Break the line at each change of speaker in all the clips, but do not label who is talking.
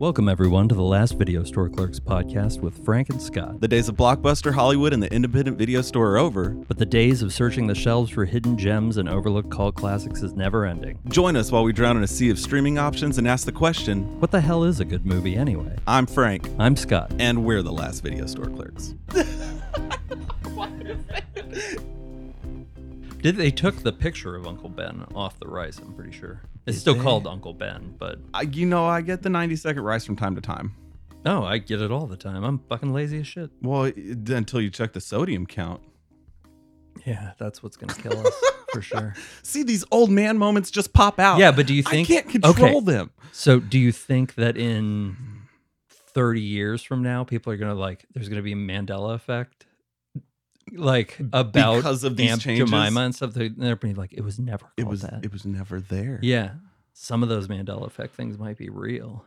Welcome, everyone, to the last Video Store Clerks podcast with Frank and Scott.
The days of Blockbuster, Hollywood, and the independent video store are over.
But the days of searching the shelves for hidden gems and overlooked cult classics is never ending.
Join us while we drown in a sea of streaming options and ask the question
What the hell is a good movie, anyway?
I'm Frank,
I'm Scott.
and we're the last video store clerks.
Did they took the picture of Uncle Ben off the rice? I'm pretty sure it's still
they?
called Uncle Ben, but
I, you know, I get the 90 second rise from time to time.
no, I get it all the time. I'm fucking lazy as shit.
Well, it- until you check the sodium count.
Yeah, that's what's gonna kill us for sure.
See, these old man moments just pop out.
Yeah, but do you think?
I can't control
Okay,
them.
so do you think that in 30 years from now, people are gonna like? There's gonna be a Mandela effect, like about
Because of these
Aunt
changes?
Jemima and stuff. They're they're gonna be like, it was never called
It was
that.
it was never there.
yeah, some of those Mandela effect things might be real.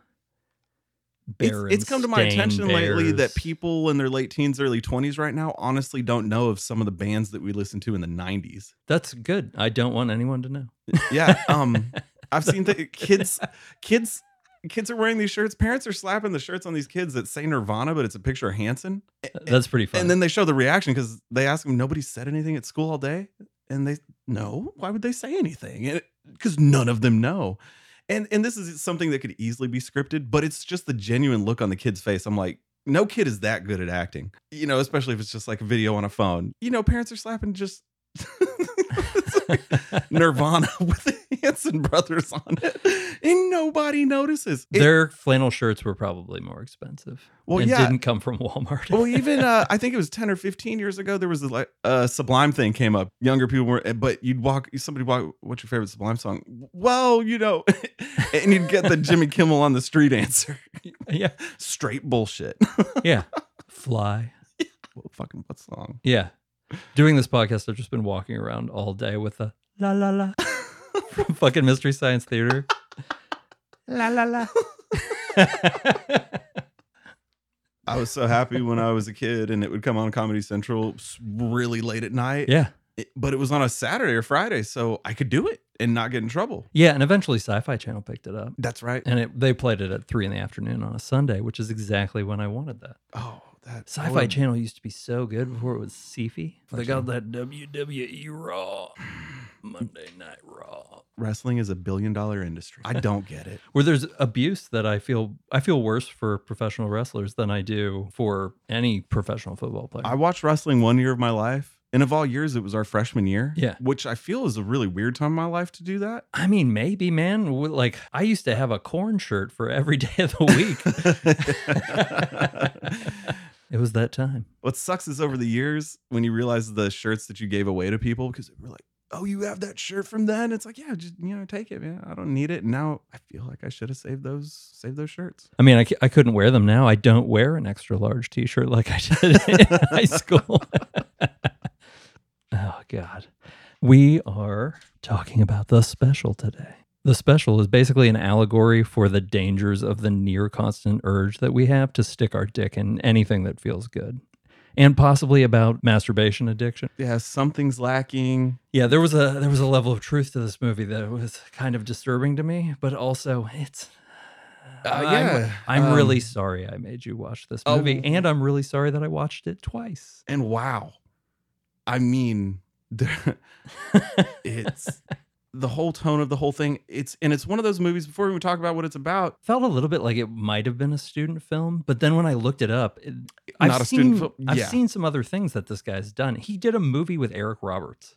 It's, it's come to my
Berenstain
attention lately that
Bears.
people in their late teens, early 20s right now honestly don't know of some of the bands that we listened to in the 90s.
That's good. I don't want anyone to know.
Yeah. Um, I've seen that kids, kids, kids are wearing these shirts. Parents are slapping the shirts on these kids that say Nirvana, but it's a picture of Hanson.
That's pretty fun.
And then they show the reaction because they ask them, nobody said anything at school all day. And they, no, why would they say anything? Because none of them know. And, and this is something that could easily be scripted, but it's just the genuine look on the kid's face. I'm like, no kid is that good at acting, you know, especially if it's just like a video on a phone. You know, parents are slapping just Nirvana with the Hanson brothers on it, and nobody notices. It-
Their flannel shirts were probably more expensive.
well,
and
yeah.
didn't come from Walmart.
well, even uh, I think it was ten or fifteen years ago, there was a, like a Sublime thing came up. Younger people were, eh, but you'd walk, somebody walk, what's your favorite Sublime song? Well, you know, and you'd get the Jimmy Kimmel on the street answer.
yeah,
Straight bullshit.
yeah. Fly.
well, fucking what song?
Yeah. Doing this podcast, I've just been walking around all day with a la la la from fucking Mystery Science Theater. la la la.
I was so happy when I was a kid, and it would come on Comedy Central s- really late at night.
yeah,
it- but it was on a Saturday or Friday, so I could do it and not get in trouble.
yeah, and eventually Sci-Fi Channel picked it up,
That's right.
and it, they played it at three in the afternoon on a Sunday, which is exactly when I wanted that.
Oh, that I
Sci-Fi
would've-
Channel used to be so good before it was Sci-Fi. They
Channel.
got that WWE Raw, Monday Night Raw,
Wrestling is a billion dollar industry. I don't get it.
where there's abuse that I feel I feel worse for professional wrestlers than I do for any professional football player.
I watched wrestling one year of my life, and of all years, it was our freshman year.
Yeah.
which I feel is a really weird time in my life to do that.
I mean, maybe, man. W- Like I used to have a corn shirt for every day of the week. it was that time.
what sucks is over the years when you realize the shirts that you gave away to people because we're like, oh, you have that shirt from then. It's like, yeah, just you know, take it, man. I don't need it. And now I feel like I should have saved those, saved those shirts.
I mean, I, c- I couldn't wear them now. I don't wear an extra large t-shirt like I did in high school. oh god. We are talking about the special today. The special is basically an allegory for the dangers of the near constant urge that we have to stick our dick in anything that feels good. And possibly about masturbation addiction.
yeah, something's lacking.
Yeah, there was a there was a level of truth to this movie that was kind of disturbing to me, but also it's.
Uh,
I'm-
yeah,
I'm, really
um,
sorry I made you watch this
Oh.
movie, and I'm really sorry that I watched it twice.
And wow, I mean, there- it's the whole tone of the whole thing. It's and it's one of those movies. Before we even talk about what it's about,
Felt a little bit like it might have been a student film, but then when I looked it up, it, I've
not a
seen,
student film.
I've
yeah,
seen some other things that this guy's done. He did a movie with Eric Roberts,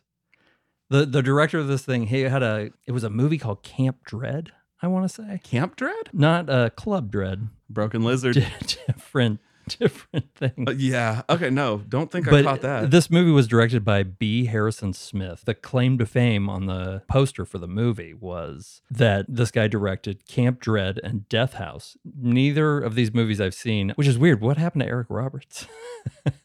the the director of this thing. He had a it was a movie called Camp Dread, I want to say,
Camp Dread,
not uh, Club Dread.
Broken Lizard.
different different thing.
Uh, yeah. Okay. No, don't think I
but
caught that.
this movie was directed by B. Harrison Smith. The claim to fame on the poster for the movie was that this guy directed Camp Dread and Death House. Neither of these movies I've seen, which is weird. What happened to Eric Roberts?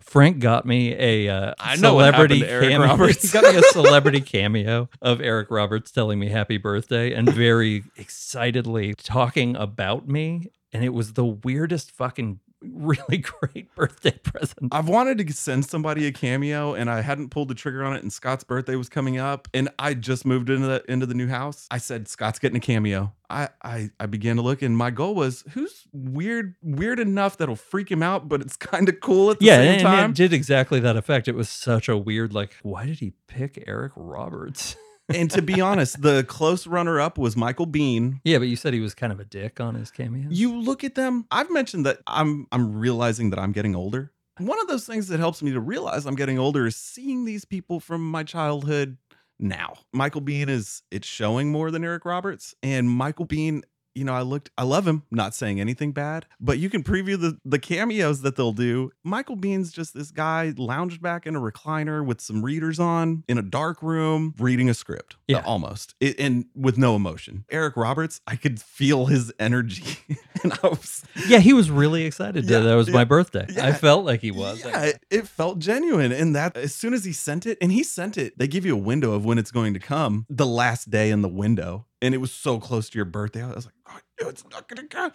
Frank got me a uh,
I know what happened
celebrity
to Eric
cameo.
Roberts.
he got me a celebrity cameo of Eric Roberts telling me happy birthday and very excitedly talking about me. And it was the weirdest fucking really great birthday present.
I've wanted to send somebody a cameo and I hadn't pulled the trigger on it and Scott's birthday was coming up and I just moved into the into the new house. I said Scott's getting a cameo. I I, I began to look and my goal was who's weird weird enough that'll freak him out but it's kind of cool at the
yeah,
same
and, and
time.
it did exactly that effect. It was such a weird, like, why did he pick Eric Roberts?
and to be honest, the close runner up was Michael Bean.
yeah, but you said he was kind of a dick on his cameo.
You look at them. I've mentioned that I'm I'm realizing that I'm getting older. One of those things that helps me to realize I'm getting older is seeing these people from my childhood now. Michael Bean is it's showing more than Eric Roberts and Michael Bean you know, I looked, I love him, not saying anything bad, but you can preview the, the cameos that they'll do. Michael Bean's just this guy lounged back in a recliner with some readers on in a dark room, reading a script.
Yeah.
Almost. It, and with no emotion. Eric Roberts, I could feel his energy. and I was,
yeah, he was really excited
Yeah,
that that was
yeah,
my birthday. I
yeah.
felt like he was.
Yeah, it, it felt genuine. And that as soon as he sent it, and he sent it, they give you a window of when it's going to come, the last day in the window. And it was so close to your birthday. I was like, oh, no, it's not going to come.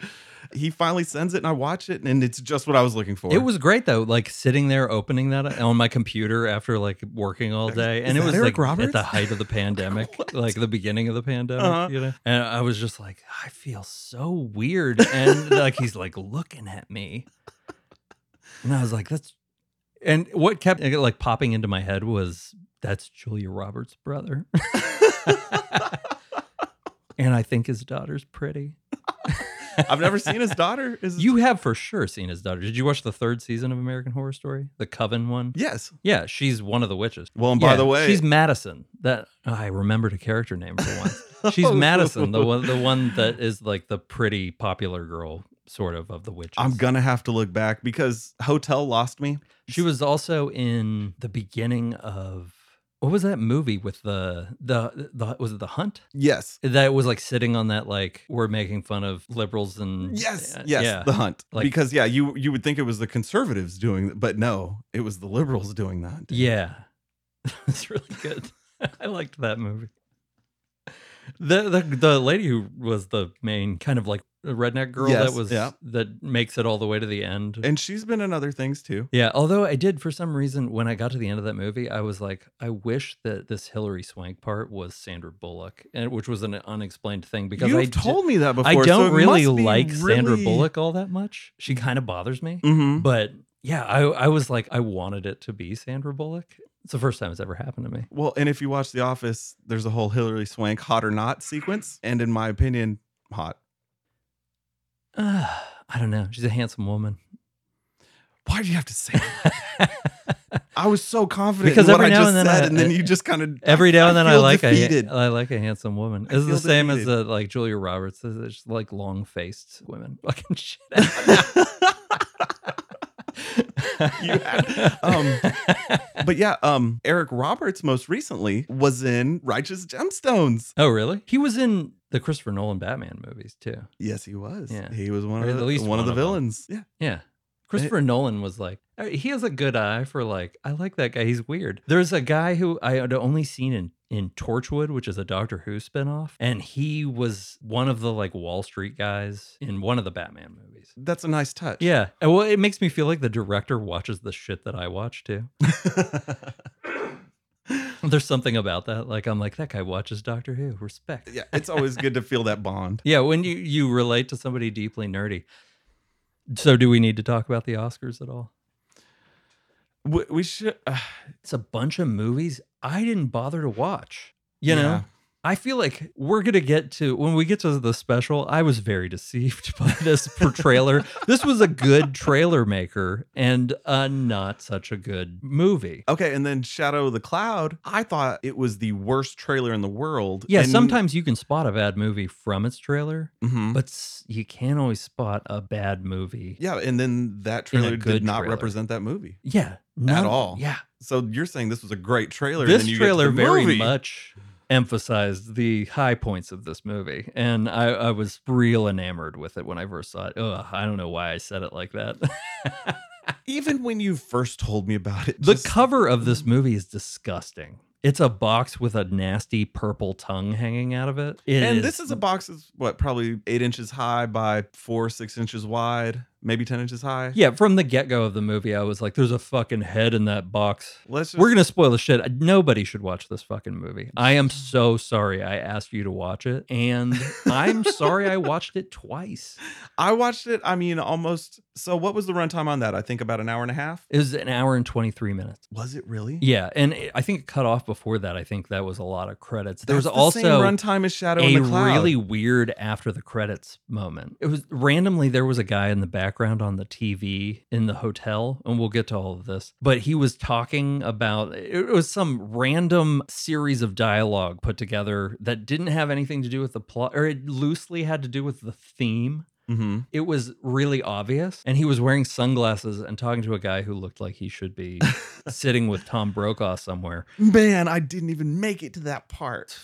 He finally sends it, and I watch it, and it's just what I was looking for.
It was great though, like sitting there opening that on my computer after like working all
Is-
day,
is
and it
that
was like
Eric Roberts?
at the height of the pandemic,
What?
like the beginning of the pandemic,
Uh-huh.
you know. And I was just like, I feel so weird, and like he's like looking at me, and I was like, that's. And what kept like popping into my head was that's Julia Roberts' brother, and I think his daughter's pretty.
I've never seen his daughter. Is
You have for sure seen his daughter. Did you watch the third season of American Horror Story, the Coven one?
Yes.
Yeah, she's one of the witches.
Well, and by
Yeah,
the way,
she's Madison. That oh, I remembered a character name for once.
Oh.
She's Madison, the one, the one that is like the pretty popular girl, sort of of the witches.
I'm gonna have to look back because Hotel lost me.
She was also in the beginning of what was that movie with the the the was it the hunt
Yes.
that was like sitting on that like we're making fun of liberals and
Yes,
uh,
yes,
yeah.
the hunt.
Like-
because yeah, you you would think it was the conservatives doing, but no, it was the liberals doing that.
Yeah. It's really good. I liked that movie. The, the the lady who was the main kind of like redneck girl
Yes,
that was
yeah. Eh.
that makes it all the way to the end.
And she's been in other things too.
yeah, although I did for some reason when I got to the end of that movie, I was like, I wish that this Hillary Swank part was Sandra Bullock, and which was an unexplained thing because
You've
I di-
told me that before.
I
so
don't
it
really
must be
like Sandra
really-
Bullock all that much. She kind of bothers me.
Mhm.
But yeah, I, I was like, I wanted it to be Sandra Bullock. It's the first time it's ever happened to me.
Well, and if you watch The Office, there's a whole Hillary Swank hot or not sequence, and in my opinion, hot.
Uh, I don't know. She's a handsome woman.
Why do you have to say? that? I was so confident
Because
in what
every
I
now
just
and then
said,
I- uh,
and then
I-
you just kind of
Every now and then I,
feel
like
defeated.
a I like a handsome woman.
I
It's the
feel
same as
defeated.
the like Julia Roberts. It's just like long faced women. Fucking shit.
You had- um, but yeah, um, Eric Roberts most recently was in Righteous Gemstones.
oh really? He was in the Christopher Nolan Batman movies too.
Yes, he was.
Yeah.
He was one
Or
of
at
the,
least
one, of
one
the
of them.
villains. Yeah.
Yeah. Christopher Nolan was like, uh, he has a good eye for like, I like that guy. He's weird. There's a guy who I had only seen in in Torchwood, which is a Doctor Who spinoff, and he was one of the like Wall Street guys in one of the Batman movies.
That's a nice touch.
Yeah. And, Well, it makes me feel like the director watches the shit that I watch too. There's something about that. Like I'm like, that guy watches Doctor Who. Respect.
yeah. It's always good to feel that bond.
Yeah, when you you relate to somebody deeply nerdy. So do we need to talk about the Oscars at all?
We, we should. Uh,
it's a bunch of movies I didn't bother to watch. You know,
Yeah.
I feel like we're gonna get to when we get to the special. I was very deceived by this per trailer. this was a good trailer maker and uh, not such a good movie.
okay. And then Shadow of the Cloud. I thought it was the worst trailer in the world.
Yeah,
and-
sometimes you can spot a bad movie from its trailer,
Mhm.
but s- you can't always spot a bad movie.
Yeah. And then that
In a
trailer did
good
not
trailer.
represent that movie.
yeah none-
all.
Yeah,
So you're saying this was a great trailer. and
This
then you get to
trailer
the
very
movie.
much emphasized the high points of this movie, and I, I was real enamored with it when I first saw it. Ugh, I don't know why I said it like that.
Even when you first told me about it,
the
just-
cover of this movie is disgusting. It's a box with a nasty purple tongue hanging out of it. It
and this is a box that's what probably eight inches high by four, six inches wide. maybe 10 inches high.
Yeah, from the get go of the movie, I was like, there's a fucking head in that box.
Let's just,
We're going to spoil the shit. Nobody should watch this fucking movie. I am so sorry I asked you to watch it. And I'm sorry I watched it twice.
I watched it. I mean, almost. So, what was the runtime on that? I think about an hour and a half.
It was an hour and 23 minutes.
Was it really?
Yeah. And it, I think it cut off before that. I think that was a lot of credits. There
That's
was
the
also.
same runtime as Shadow in
a
the Cloud.
really weird after the credits moment. It was randomly there was a guy in the background on the TV in the hotel, and we'll get to all of this. But he was talking about it was some random series of dialogue put together that didn't have anything to do with the plot, or it loosely had to do with the theme.
Mhm.
It was really obvious, and he was wearing sunglasses and talking to a guy who looked like he should be sitting with Tom Brokaw somewhere.
Man, I didn't even make it to that part.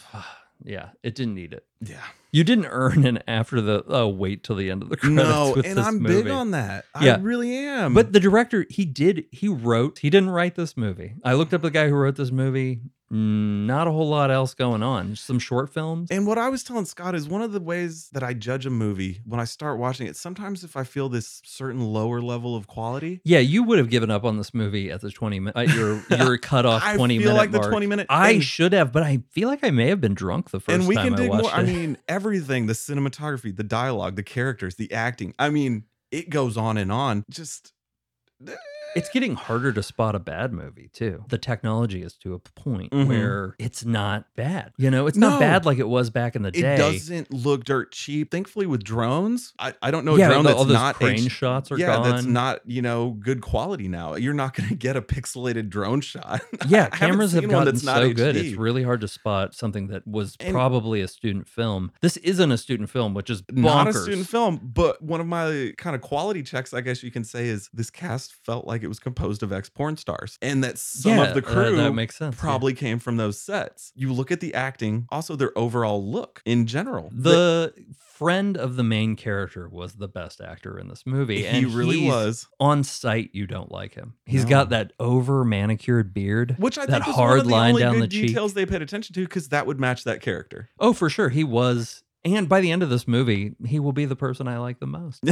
Yeah, it didn't need it.
Yeah.
You didn't earn an after the oh wait till the end of the credits.
No,
with
and
this
I'm
movie.
big on that. I
Yeah.
really am.
But the director, he did, he wrote, he didn't write this movie. I looked up the guy who wrote this movie. Mm, Not a whole lot else going on. Some short films.
And what I was telling Scott is one of the ways that I judge a movie when I start watching it, sometimes if I feel this certain lower level of quality,
Yeah, you would have given up on this movie at the twenty minute. At your your cutoff
I
twenty
feel
minute
like
mark.
the 20 minute.
I
and,
should have, but I feel like I may have been drunk the first
and we
time
can
I
dig
watched
more.
it.
I mean, everything the cinematography, the dialogue, the characters, the acting. I mean, it goes on and on. Just.
It's getting harder to spot a bad movie too. The technology is to a point
Mhm.
where it's not bad. You know, it's
No.
not bad like it was back in the
It
day.
doesn't look dirt cheap. Thankfully, with drones, I, I don't know a
yeah,
drone
the-
that's
all those
not
crane
H-
shots are
yeah,
gone.
that's not you know good quality now. You're not going to get a pixelated drone shot.
yeah,
I haven't
cameras have
seen one
gotten
that's not
so good.
HD.
It's really hard to spot something that was
And-
probably a student film. This isn't a student film, which is bonkers.
not a student film, but one of my kind of quality checks, I guess you can say, is this cast felt like it was composed of ex porn stars, and that some
Yeah,
of the
uh,
crew
that makes sense. yeah.
probably came from those sets. You look at the acting, also their overall look in general.
The friend of the main character was the best actor in this movie.
Th- he
and
really
he's-
was,
On sight, you don't like him. He's
No.
got that over manicured beard.
which I
that
think was one
hard
of the
line
only
down
good
the cheek.
details they paid attention to because that would match that character.
Oh, for sure. He was. And by the end of this movie, he will be the person I like the most.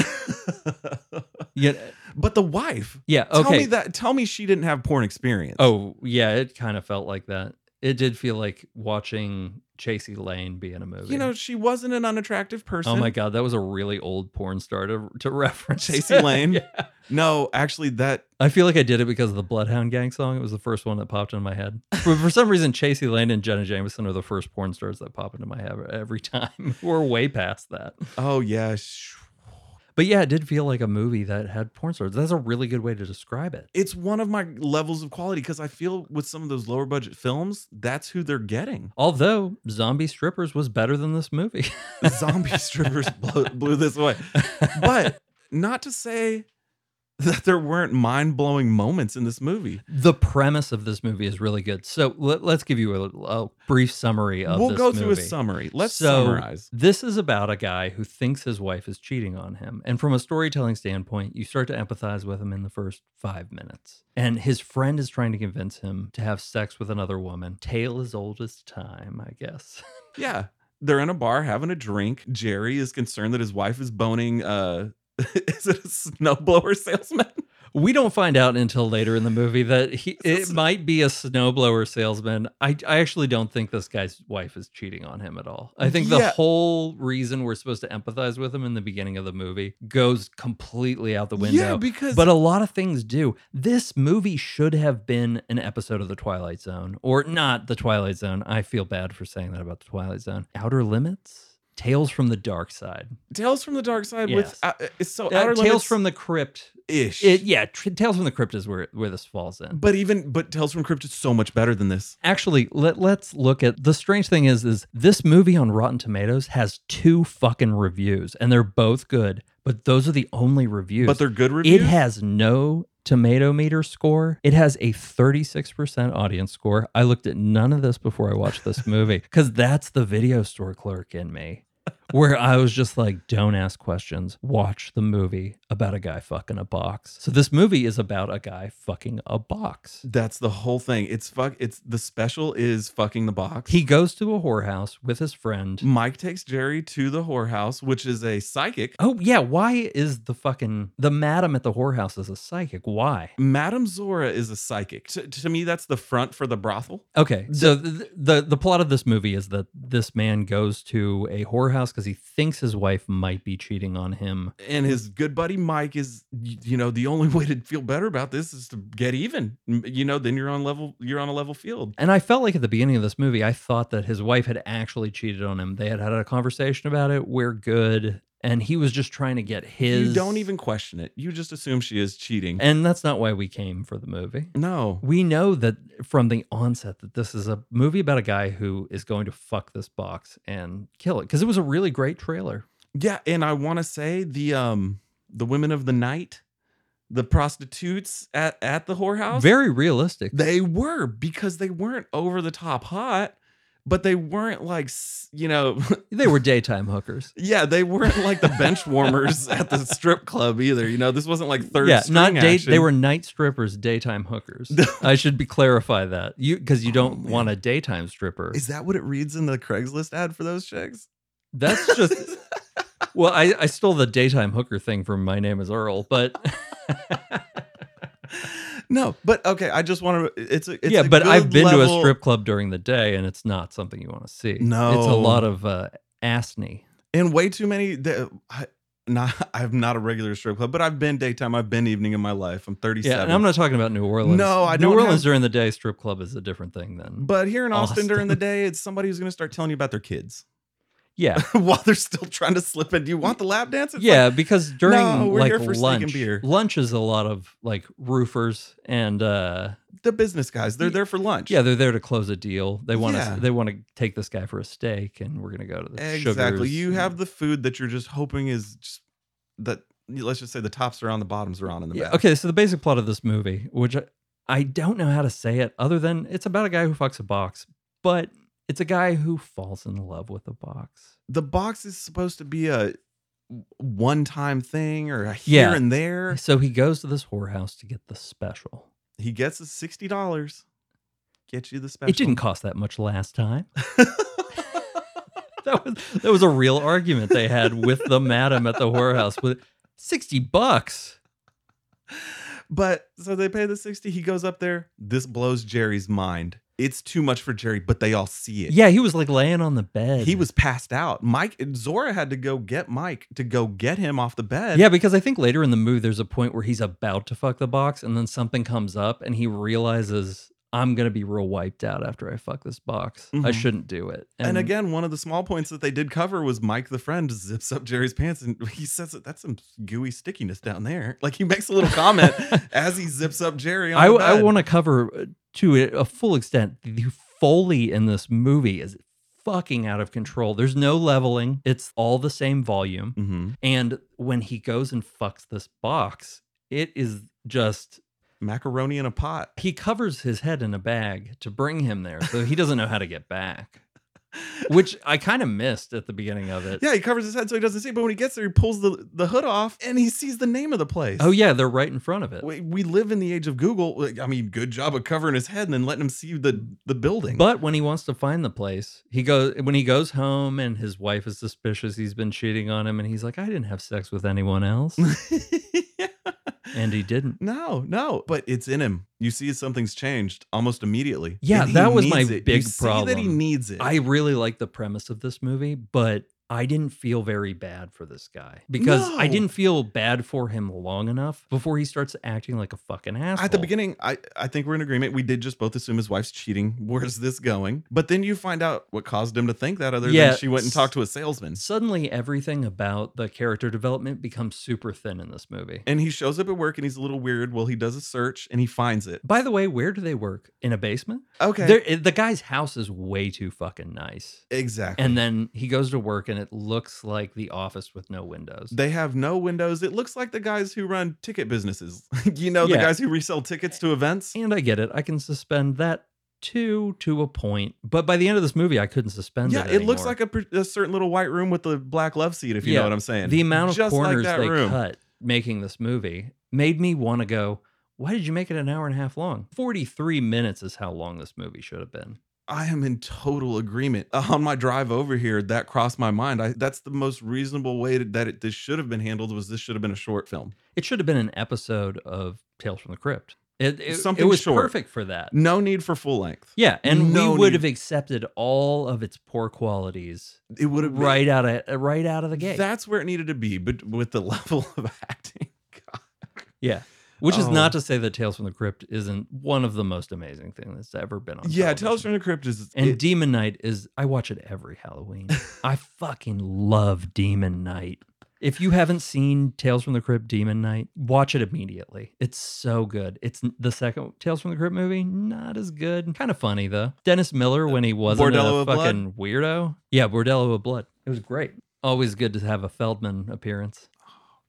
Yeah.
but the wife,
Yeah.
tell
Okay.
me that, tell me she didn't have porn experience.
Oh, yeah, it kind of felt like that. It did feel like watching Chasey Lane be in a movie.
you know, she wasn't an unattractive person.
oh my god, that was a really old porn star to, to reference.
Chasey Lane?
yeah.
No, actually, that
I feel like I did it because of the Bloodhound Gang song. It was the first one that popped in my head. But for some reason, Chasey Lane and Jenna Jameson are the first porn stars that pop into my head every time. We're way past that.
Oh yeah, sh-
But yeah, it did feel like a movie that had porn stars. That's a really good way to describe it.
it's one of my levels of quality because I feel with some of those lower budget films, that's who they're getting.
Although Zombie Strippers was better than this movie.
Zombie strippers blew, blew this away, but not to say that there weren't mind blowing moments in this movie.
The premise of this movie is really good. So let, us give you a, a brief summary of
we'll
this
go through a
movie.
summary. Let's
So-
summarize.
This is about a guy who thinks his wife is cheating on him. And from a storytelling standpoint, you start to empathize with him in the first five minutes. And his friend is trying to convince him to have sex with another woman. Tale as old as time, I guess.
Yeah, they're in a bar having a drink. Jerry is concerned that his wife is boning. Uh, is it a snowblower salesman?
We don't find out until later in the movie that he
This
it
is-
might be a snowblower salesman. I, I actually don't think this guy's wife is cheating on him at all. I think the
Yeah.
whole reason we're supposed to empathize with him in the beginning of the movie goes completely out the window.
Yeah, because
but a lot of things do. This movie should have been an episode of The Twilight Zone, or not The Twilight Zone. I feel bad for saying that about The Twilight Zone. Outer Limits, Tales from the Dark Side,
Tales from the Dark Side
Yes.
with uh, it's so
Uh,
outer
Tales
Limits
from the Crypt
ish.
it, yeah, tr- Tales from the Crypt is where where this falls in.
But even but Tales from Crypt is so much better than this.
Actually, let let's look at the strange thing is is this movie on Rotten Tomatoes has two fucking reviews, and they're both good, but those are the only reviews.
But they're good reviews.
it has no tomato meter score. It has a 36% audience score. I looked at none of this before I watched this movie because that's the video store clerk in me. where I was just like, don't ask questions. Watch the movie about a guy fucking a box. So this movie is about a guy fucking a box.
That's the whole thing. It's fuck. It's the special is fucking the box.
He goes to a whorehouse with his friend.
Mike takes Jerry to the whorehouse, which is a psychic.
Oh yeah, why is the fucking the madam at the whorehouse is a psychic? Why?
Madame Zora is a psychic. To, to me, that's the front for the brothel.
Okay, so the, the the plot of this movie is that this man goes to a whorehouse because he thinks his wife might be cheating on him.
And his good buddy Mike is, y- you know, the only way to feel better about this is to get even. M- You know, then you're on level. You're on a level field.
And I felt like at the beginning of this movie, I thought that his wife had actually cheated on him. They had had a conversation about it. We're good, and he was just trying to get his.
You don't even question it. You just assume she is cheating.
And that's not why we came for the movie.
no,
We know that from the onset that this is a movie about a guy who is going to fuck this box and kill it because it was a really great trailer.
Yeah, and I want to say the um the women of the night, the prostitutes at at the whorehouse,
Very realistic.
they were because they weren't over the top hot, but they weren't like s- you know,
They were daytime hookers.
yeah, they weren't like the bench warmers at the strip club either. You know, this wasn't like third.
yeah,
string
not day.
action.
They were night strippers, daytime hookers. I should be clarify that you because you
Oh,
don't
man.
want a daytime stripper.
Is that what it reads in the Craigslist ad for those chicks?
That's just well, I, I stole the daytime hooker thing from My Name Is Earl, but
no, but okay. I just want to. It's a it's
yeah,
a
but I've
good
been to a
level-
strip club during the day, and it's not something you want to see. it's a
No.
lot of uh, assney.
and way too many the, I, not i'm not a regular strip club but i've been daytime i've been evening in my life i'm
Yeah,
37
and I'm not talking about New Orleans.
No, I
New
don't
Orleans
have-
during the day strip club is a different thing than.
but here in austin,
Austin.
during the day it's somebody who's going to start telling you about their kids
yeah,
while they're still trying to slip in do you want the lap dance It's
yeah, because during
No, we're
like
here for steak and
lunch,
beer.
lunch is a lot of like roofers and uh
like the business guys they're there for lunch
yeah, they're there to close a deal. They want to
Yeah.
they want to take this guy for a steak, and we're gonna go to the
exactly
Sugars
you
and-
have the food that you're just hoping is just that let's just say the tops are on the bottoms are on in the
Yeah.
back
Okay. So the basic plot of this movie, which I, I don't know how to say it other than it's about a guy who fucks a box, but it's a guy who falls in love with a box.
the box is supposed to be a one-time thing or a here
Yeah.
and there
So he goes to this whorehouse to get the special.
he gets his sixty dollars. Get you the special.
It didn't cost that much last time. That was that was a real argument they had with the madam at the whorehouse with sixty bucks.
but so they pay the sixty. He goes up there. This blows Jerry's mind. It's too much for Jerry, but they all see it.
Yeah, he was like laying on the bed.
He was passed out. Mike Zora had to go get Mike to go get him off the bed.
Yeah, because I think later in the movie, there's a point where he's about to fuck the box, and then something comes up, and he realizes I'm gonna be real wiped out after I fuck this box. I
Mhm.
shouldn't do it.
And, again, one of the small points that they did cover was Mike the friend zips up Jerry's pants and he says that that's some gooey stickiness down there. Like he makes a little comment as he zips up Jerry. On
I,
the bed.
want to cover uh, to a a full extent the foley in this movie is fucking out of control. There's no leveling. It's all the same volume,
Mhm.
and when he goes and fucks this box, it is just
macaroni in a pot.
he covers his head in a bag to bring him there, so he doesn't know how to get back. which I kind of missed at the beginning of it.
Yeah, he covers his head so he doesn't see. But when he gets there, he pulls the, the hood off and he sees the name of the place.
Oh yeah, they're right in front of it.
We, we live in the age of Google. Like, I mean, good job of covering his head and then letting him see the the building.
But when he wants to find the place, he goes when he goes home and his wife is suspicious he's been cheating on him and he's like I didn't have sex with anyone else and he didn't.
no, no. But it's in him. You see something's changed almost immediately.
Yeah,
And he
that was
needs
my
it. You
big
see that he
problem.
needs it.
I really like the premise of this movie, but I didn't feel very bad for this guy because I
No.
didn't feel bad for him long enough before he starts acting like a fucking asshole.
at the beginning, I, I think we're in agreement. We did just both assume his wife's cheating. Where's this going? But then you find out what caused him to think that other
Yeah,
than she went and
s-
talked to a salesman.
suddenly everything about the character development becomes super thin in this movie.
And he shows up at work and he's a little weird. Well, he does a search and he finds it.
By the way, where do they work? In a basement?
Okay.
There, eh, the guy's house is way too fucking nice.
exactly.
And then he goes to work and it looks like the office with no windows.
they have no windows. It looks like the guys who run ticket businesses. you know,
Yeah.
the guys who resell tickets to events.
and I get it. I can suspend that too to a point. But by the end of this movie, I couldn't suspend
yeah,
it.
it looks
anymore.
like a, pr- a certain little white room with a black love seat, if you
Yeah,
know what I'm saying.
the amount of
Just like
corners
that
they
room.
cut making this movie made me want to go. Why did you make it an hour and a half long? Forty-three minutes is how long this movie should have been.
I am in total agreement. On my drive over here, that crossed my mind. I, that's the most reasonable way to, that it, this should have been handled was this should have been a short film.
It should have been an episode of Tales from the Crypt. It, it,
Something
it was
short.
perfect for that.
No need for full length.
Yeah, and
No
we would
need-
have accepted all of its poor qualities
It would have been
right out of right out of the gate.
That's where it needed to be, but with the level of acting. God.
yeah. Which is
Oh.
not to say that Tales from the Crypt isn't one of the most amazing things that's ever been on.
Yeah,
television.
Tales from the Crypt is
And
it-
Demon Night is I watch it every Halloween. I fucking love Demon Night. If you haven't seen Tales from the Crypt Demon Night, watch it immediately. It's so good. It's the second Tales from the Crypt movie, not as good. Kind of funny though. Dennis Miller when he wasn't
Bordello
a
of Blood?
fucking weirdo. Yeah, Bordello of Blood. It was great. Always good to have a Feldman appearance.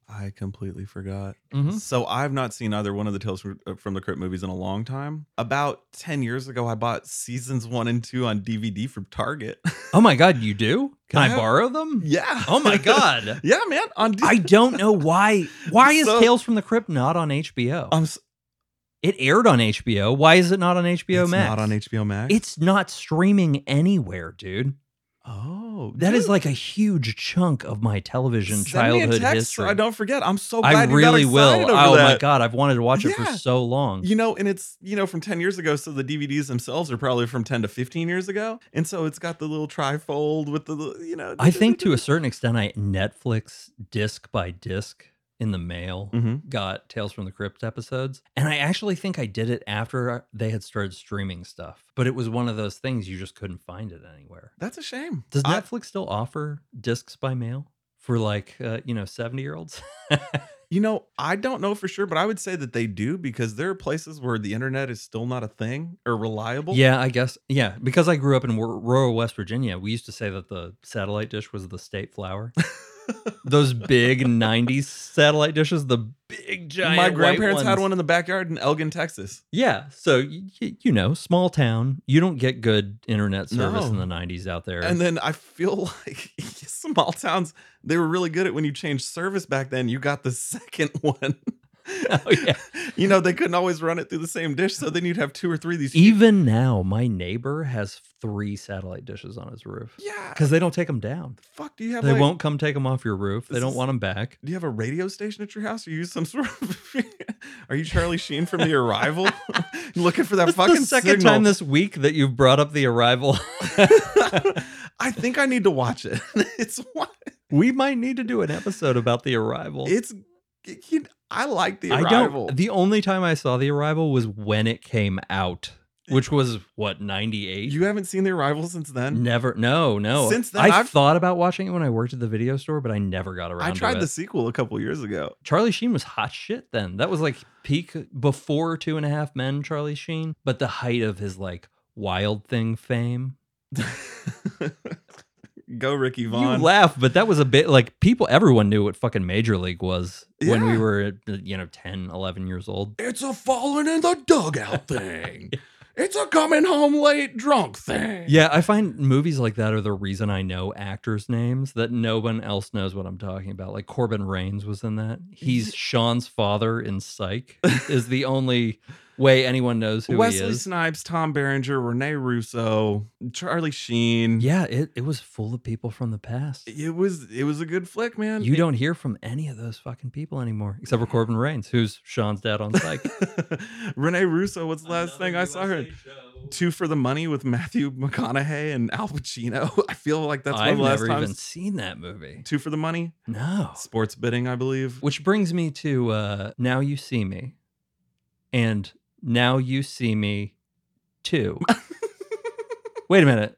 I completely forgot.
Mhm.
So I've not seen either one of the Tales from uh, from the Crypt movies in a long time. About 10 years ago, I bought seasons one and two on DVD from Target.
Oh my god, you do? Can
Can I
I
have-
borrow them?
yeah.
Oh my god.
yeah, man. On D-
I don't know why. Why is
So-
Tales from the Crypt not on HBO?
I'm s-
It aired on HBO. Why is it not on HBO
it's
Max?
not on HBO Max.
It's not streaming anywhere, dude.
oh,
That is
dude.
like a huge chunk of my television
Send
childhood
me a text
history.
So I don't forget. I'm so glad
I
you got
really
excited
will.
over
Oh my
that.
god, I've wanted to watch it
Yeah.
for so long.
You know, and it's you know from ten years ago, so the DVDs themselves are probably from ten to fifteen years ago, and so it's got the little trifold with the li- you know.
I think to a certain extent, I Netflix disc by disc in the mail
Mhm.
got Tales from the Crypt episodes, and I actually think I did it after they had started streaming stuff. But it was one of those things you just couldn't find it anywhere.
That's a shame.
Does
I-
Netflix still offer discs by mail for like uh, you know seventy year olds?
you know, I don't know for sure, but I would say that they do because there are places where the internet is still not a thing or reliable.
yeah, I guess. Yeah, because I grew up in wor- rural West Virginia, we used to say that the satellite dish was the state flower. Those big '90s satellite dishes, the big giant.
My
white
grandparents had
ones.
one in the backyard in Elgin, Texas.
Yeah, so y- y- you know, small town. You don't get good internet service in
No.
the '90s out there.
And then I feel like small towns, they were really good at when you changed service back then, you got the second one.
Oh, yeah.
You know, they couldn't always run it through the same dish. So then you'd have two or three of these.
Even now, my neighbor has three satellite dishes on his roof
yeah.
because they don't take them down.
The fuck, do you have
They
like-
won't come take them off your roof. They
This
don't
is-
want them back.
Do you have a radio station at your house? Are you some sort of? Are you Charlie Sheen from The Arrival? You looking for that
That's
fucking
the second
signal.
time this week that you've brought up the arrival.
I think I need to watch it. It's one.
we might need to do an episode about the arrival.
It's. you- I like The
I
Arrival.
don't. The only time I saw the arrival was when it came out, which was what ninety eight.
you haven't seen The Arrival since then.
Never. No. No.
Since then,
I
I've-
thought about watching it when I worked at the video store, but I never got around.
I
to
tried
it.
the sequel a couple years ago.
Charlie Sheen was hot shit then. That was like peak before Two and a Half Men. Charlie Sheen, but the height of his like Wild Thing fame.
Go Ricky Vaughn.
You laugh, but that was a bit like people, everyone knew what fucking Major League was when we
Yeah.
were, you know, 10, 11 years old.
it's a falling in the dugout thing. it's a coming home late drunk thing.
Yeah, I find movies like that are the reason I know actors' names that no one else knows what I'm talking about. Like Corbin Reigns was in that. He's Sean's father in Psych, is the only way anyone knows who he
Wesley
is.
Snipes, Tom Berenger, Rene Russo, Charlie Sheen.
Yeah, it, it was full of people from the past.
It was it was a good flick, man.
You don't hear from any of those fucking people anymore, except for Corbin Reigns, who's Sean's dad on Psych.
Rene Russo, what's the last thing I saw her? Two for the Money with Matthew McConaughey and Al Pacino. I feel like that's one
I've
of the last
never even Oh.
times.
seen that movie.
Two for the Money,
No.
sports betting, I believe.
Which brings me to uh, Now You See Me and Now You See Me 2. Wait a minute.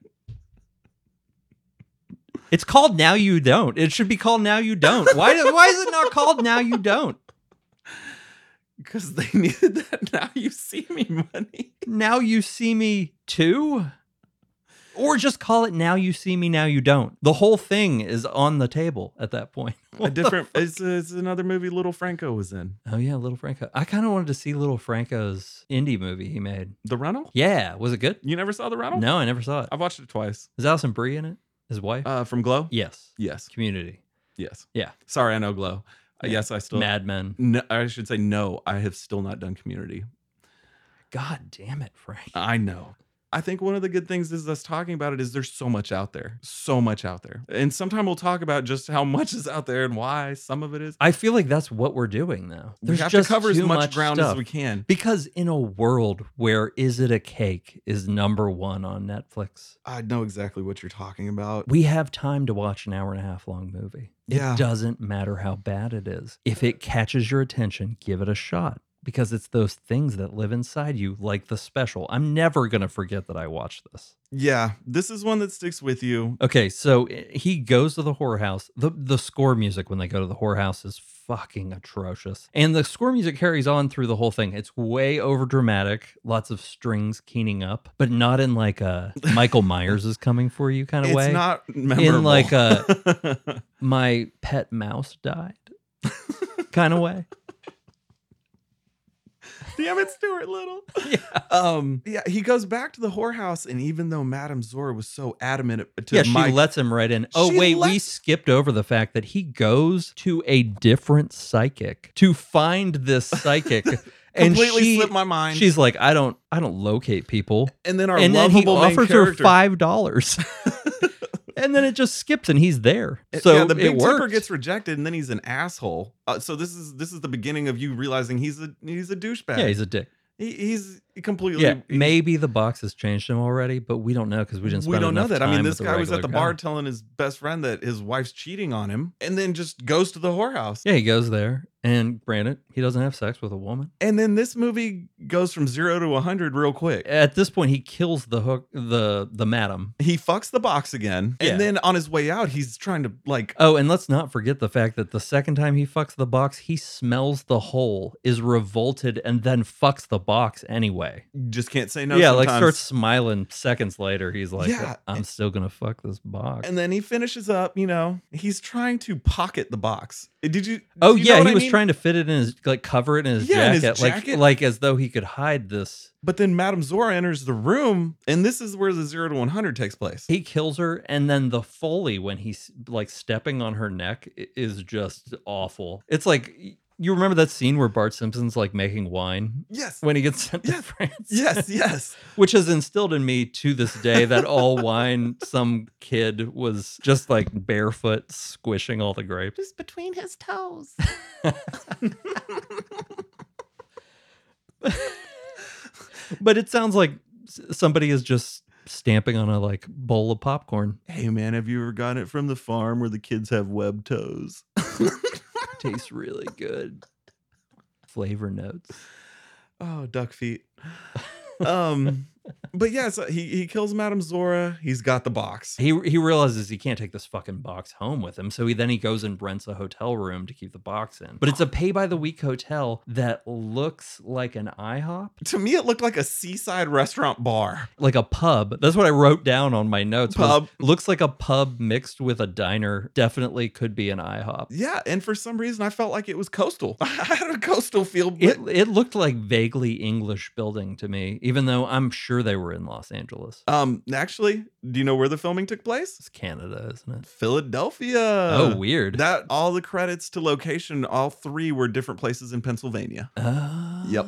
It's called Now You Don't. It should be called Now You Don't. Why, why is it not called Now You Don't?
Because they needed that now you see me money.
Now You See Me 2? Or just call it Now You See Me, Now You Don't. The whole thing is on the table at that point.
a different. It's, it's another movie Little Franco was in.
Oh, yeah, Little Franco. I kind of wanted to see Little Franco's indie movie he made.
The Rental.
Yeah. Was it good?
You never saw The Rental?
No, I never saw it.
I've watched it twice.
Is Alison Brie in it? His wife?
Uh, from Glow.
yes.
Yes.
Community.
Yes.
Yeah.
Sorry, I know Glow. Uh,
Yeah.
yes, I still.
Mad Men.
No, I should say no. I have still not done Community.
God damn it, Frank.
I know. I think one of the good things is us talking about it is there's so much out there, so much out there, and sometime we'll talk about just how much is out there and why some of it is.
I feel like that's what we're doing though. There's
we have
just
to cover as
too
much, ground
stuff.
as we can.
Because in a world where Is It a Cake is number one on Netflix,
I know exactly what you're talking about.
we have time to watch an hour and a half long movie.
Yeah.
It doesn't matter how bad it is. If it catches your attention, give it a shot because it's those things that live inside you, like the special. I'm never going to forget that I watched this.
Yeah, this is one that sticks with you.
Okay, so i- he goes to the whorehouse. The the score music when they go to the whorehouse is fucking atrocious. And the score music carries on through the whole thing. It's way over dramatic, lots of strings keening up, but not in like a Michael Myers is coming for you kind of
It's
way.
not memorable.
like
a
My pet mouse died kind of way.
damn it, Stuart Little.
Yeah.
Um, yeah, he goes back to the whorehouse, and even though Madame Zora was so adamant to
yeah,
my
she lets him right in. Oh
She
wait, we
lets-
skipped over the fact that he goes to a different psychic to find this psychic and
completely
she
slipped my mind.
She's like, I don't, I don't locate people.
and then our
and then
lovable
he
main
offers her
character.
five dollars, and then it just skips, and he's there.
It-
So
yeah, the
it
big tipper
works.
gets rejected, and then he's an asshole. Uh, so this is this is the beginning of you realizing he's a he's a douchebag.
yeah, he's a dick.
he, he's completely
Yeah, maybe the box has changed him already, but we don't know because we didn't. Spend
we don't know
enough
that. I
time
mean,
with
this guy was at the
regular
bar
guy.
telling his best friend that his wife's cheating on him, and then just goes to the whorehouse.
yeah, he goes there, and granted, he doesn't have sex with a woman.
And then this movie goes from zero to hundred real quick.
At this point, he kills the hook, the the madam.
He fucks the box again,
Yeah.
and then on his way out, he's trying to like
Oh, and let's not forget the fact that the second time he fucks the box, he smells the hole, is revolted, and then fucks the box anyway.
just can't say no.
yeah, like
sometimes.
starts smiling seconds later. He's like, "Uh,
Yeah.
I'm still gonna fuck this box.
And then he finishes up. You know, he's trying to pocket the box. Did you?
oh
you know
yeah,
what
he
I
was
mean?
trying to fit it in his like cover it in his,
Yeah, in
jacket,
his
like
jacket.
like as though he could hide this.
But then Madame Zora enters the room, and this is where the zero to one hundred takes place.
He kills her, and then the foley when he's like stepping on her neck i- is just awful. It's like you remember that scene where Bart Simpson's like making wine
yes,
when he gets sent to
Yes.
France.
yes, yes.
which has instilled in me to this day that all wine some kid was just like barefoot squishing all the grapes.
Just between his toes.
But it sounds like s- somebody is just stamping on a like bowl of popcorn.
Hey man, have you ever gotten it from the farm where the kids have web toes?
Tastes really good. Flavor notes.
Oh, duck feet. Um, but yeah, so he he kills Madame Zora. He's got the box.
He he realizes he can't take this fucking box home with him, so he then he goes and rents a hotel room to keep the box in. But it's a pay by the week hotel that looks like an IHOP.
To me, it looked like a seaside restaurant bar.
like a pub. That's what I wrote down on my notes. was,
Pub.
looks like a pub mixed with a diner. Definitely could be an IHOP.
Yeah, and for some reason, I felt like it was coastal. I had a coastal feel. but-
It it looked like vaguely English building to me, even though I'm sure they were in Los Angeles.
um, actually, do you know where the filming took place?
It's Canada, isn't it?
Philadelphia.
oh, weird.
Uh, That all the credits to location, all three were different places in Pennsylvania.
Oh.
Yep.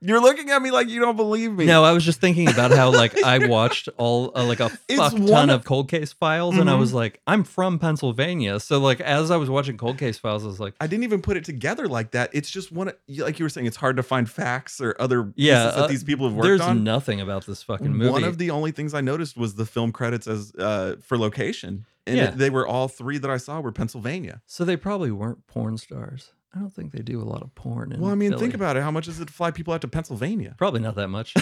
You're looking at me like you don't believe me.
No, I was just thinking about how like I watched all uh, like a
It's
fuck ton
one of-
of cold case files, and I
Mhm.
was like, I'm from Pennsylvania, so like as I was watching cold case files, I was like,
I didn't even put it together like that. It's just one, like you were saying, it's hard to find facts or other
Yeah,
pieces
uh,
that these people have worked
There's
on.
nothing about this fucking movie.
One of the only things I noticed was the film credits as uh, for location, and
Yeah.
they were all three that I saw were Pennsylvania.
So they probably weren't porn stars. I don't think they do a lot of porn. In
Well, I mean,
Philly.
think about it. How much is it to fly people out to Pennsylvania?
probably not that much.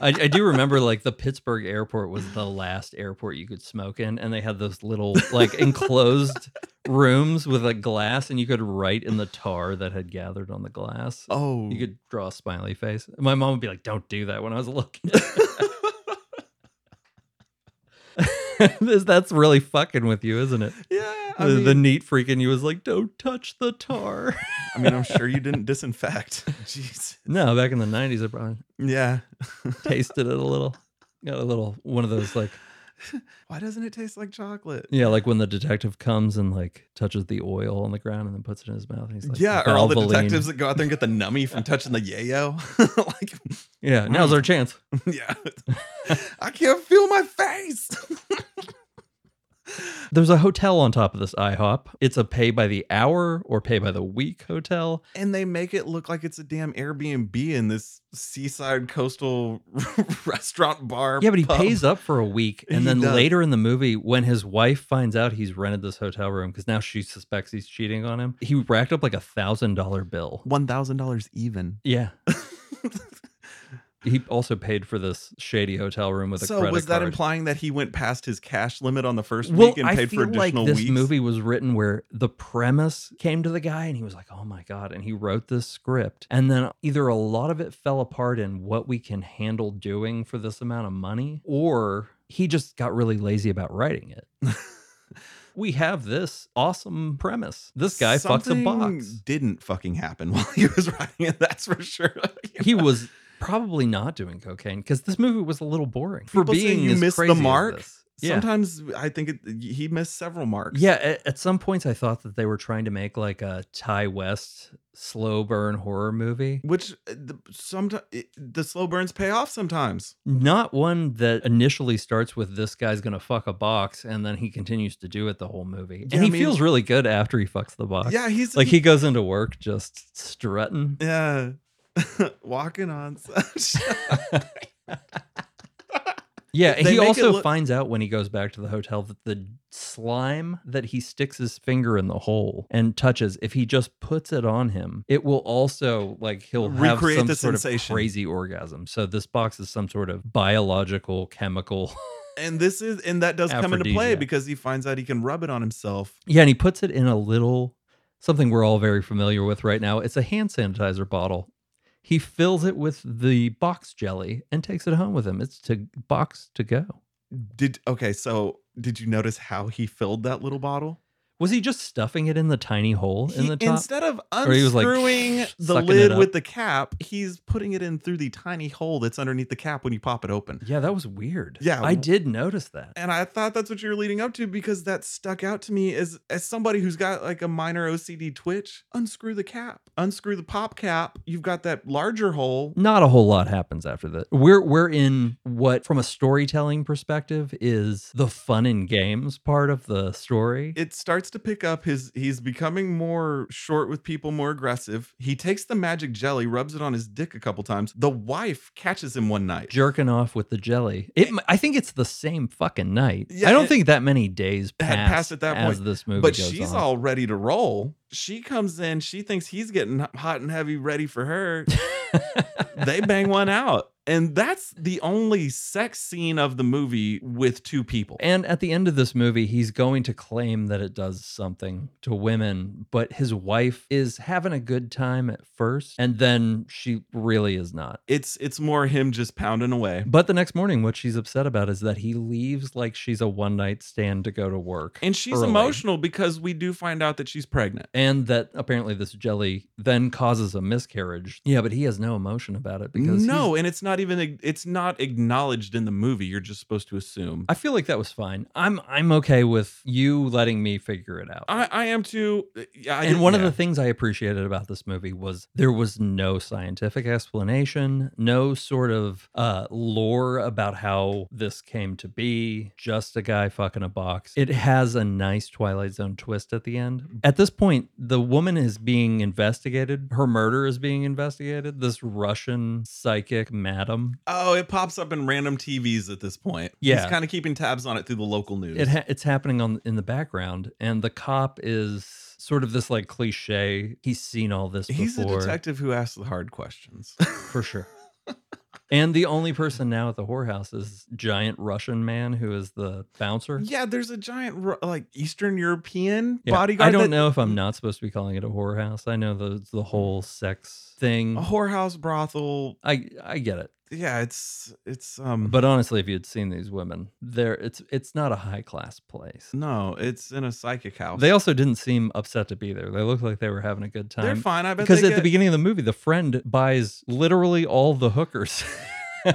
I, I do remember like the Pittsburgh airport was the last airport you could smoke in, and they had those little like enclosed rooms with a glass, and you could write in the tar that had gathered on the glass.
Oh,
You could draw a smiley face. My mom would be like, "Don't do that." When I was a little, that's really fucking with you, isn't it?
yeah. I
The, the
mean-
neat freak in you was like, "Don't touch the tar."
I mean, I'm sure you didn't disinfect. Jeez.
no, back in the '90s, I probably
Yeah.
tasted it a little. Got a little one of those like
Why doesn't it taste like chocolate?
yeah, like when the detective comes and like touches the oil on the ground and then puts it in his mouth. And he's like,
yeah, or all the
"Valvoline."
detectives that go out there and get the nummy from touching the yayo. like,
Yeah, now's our chance.
yeah, I can't feel my face.
There's a hotel on top of this IHOP. It's a pay by the hour or pay by the week hotel.
and they make it look like it's a damn Airbnb in this seaside coastal restaurant bar.
Yeah, but he
pub.
pays up for a week. And
He
then
does.
later in the movie, when his wife finds out he's rented this hotel room because now she suspects he's cheating on him, he racked up like a thousand dollar bill.
one thousand dollars even.
Yeah. He also paid for this shady hotel room with a
so
credit
was that
card.
implying that he went past his cash limit on the first
well,
week and
I
paid
feel
for additional
like this
weeks?
movie was written where the premise came to the guy and he was like, "Oh my god!" and he wrote this script, and then either a lot of it fell apart in what we can handle doing for this amount of money, or he just got really lazy about writing it. we have this awesome premise. This guy fucks a
Something
box.
Didn't fucking happen while he was writing it. That's for sure.
He was probably not doing cocaine because this movie was a little boring. For
People say
being
you
as
missed the
crazy as
mark.
this. Yeah.
Sometimes I think it, he missed several marks.
Yeah, at, at some points I thought that they were trying to make like a Ty West slow burn horror movie.
Which uh, sometimes the slow burns pay off sometimes.
Not one that initially starts with this guy's gonna fuck a box and then he continues to do it the whole movie.
Yeah,
and
I
he
mean-
feels really good after he fucks the box.
Yeah, he's
Like he goes into work just strutting.
yeah walking on. such-
Yeah, and
They
he
make it
also
look-
finds out when he goes back to the hotel that the slime that he sticks his finger in the hole and touches, if he just puts it on him, it will also like he'll
Recreate
have some
the
sort
sensation.
of crazy orgasm. So this box is some sort of biological chemical.
and this is and that does come into play
Aphrodisiac.
because he finds out he can rub it on himself.
yeah, and he puts it in a little something we're all very familiar with right now. It's a hand sanitizer bottle. He fills it with the box jelly and takes it home with him. It's to box to go.
Did okay, so did you notice how he filled that little bottle?
Was he just stuffing it in the tiny hole in
He-
the top?
Instead of
Or he was, like,
unscrewing the
sucking it
lid
up.
with the cap, he's putting it in through the tiny hole that's underneath the cap when you pop it open.
Yeah, that was weird.
Yeah,
I
w-
did notice that.
And I thought that's what you were leading up to because that stuck out to me as as somebody who's got like a minor OCD twitch. Unscrew the cap, unscrew the pop cap. You've got that larger hole.
Not a whole lot happens after that. We're we're in what from a storytelling perspective is the fun and games part of the story.
It starts to pick up his he's becoming more short with people, more aggressive. He takes the magic jelly, rubs it on his dick a couple times. The wife catches him one night.
Jerking off with the jelly. It, m- I think it's the same fucking night.
Yeah,
I don't
it-
think that many days
Had
pass
passed at that
as
point,
this movie
but
goes
she's
on.
all ready to roll. She comes in, she thinks he's getting hot and heavy ready for her. they bang one out. And that's the only sex scene of the movie with two people.
And at the end of this movie, he's going to claim that it does something to women, but his wife is having a good time at first, and then she really is not.
it's it's more him just pounding away.
But the next morning, what she's upset about is that he leaves like she's a one night stand to go to work.
And she's
early.
emotional because we do find out that she's pregnant.
And that apparently this jelly then causes a miscarriage. Yeah, but he has no emotion about it because he's-
no, and it's not even it's not acknowledged in the movie. You're just supposed to assume.
I feel like that was fine. I'm I'm okay with you letting me figure it out.
I, I am too. Uh, Yeah, I
and
did-
one of
yeah.
the things I appreciated about this movie was there was no scientific explanation, no sort of uh, lore about how this came to be, just a guy fucking a box. It has a nice Twilight Zone twist at the end. At this point, the woman is being investigated, her murder is being investigated. This Russian psychic madam.
oh, it pops up in random TVs at this point.
Yeah.
he's kind of keeping tabs on it through the local news.
It ha- it's happening on in the background, and the cop is sort of this like cliche. He's seen all this
He's
before.
a detective who asks the hard questions.
for sure. And the only person now at the whorehouse is giant Russian man who is the bouncer.
Yeah, there's a giant Ru- like Eastern European
Yeah,
bodyguard.
I don't
that-
know if I'm not supposed to be calling it a whorehouse. I know the the whole sex thing.
a whorehouse brothel.
I I get it.
Yeah, it's it's um.
But honestly, if you'd seen these women, there it's it's not a high class place.
no, it's in a psychic house.
They also didn't seem upset to be there. They looked like they were having a good
they're
time.
fine. I bet
Because
they
at the
get-
beginning of the movie, the friend buys literally all the hookers.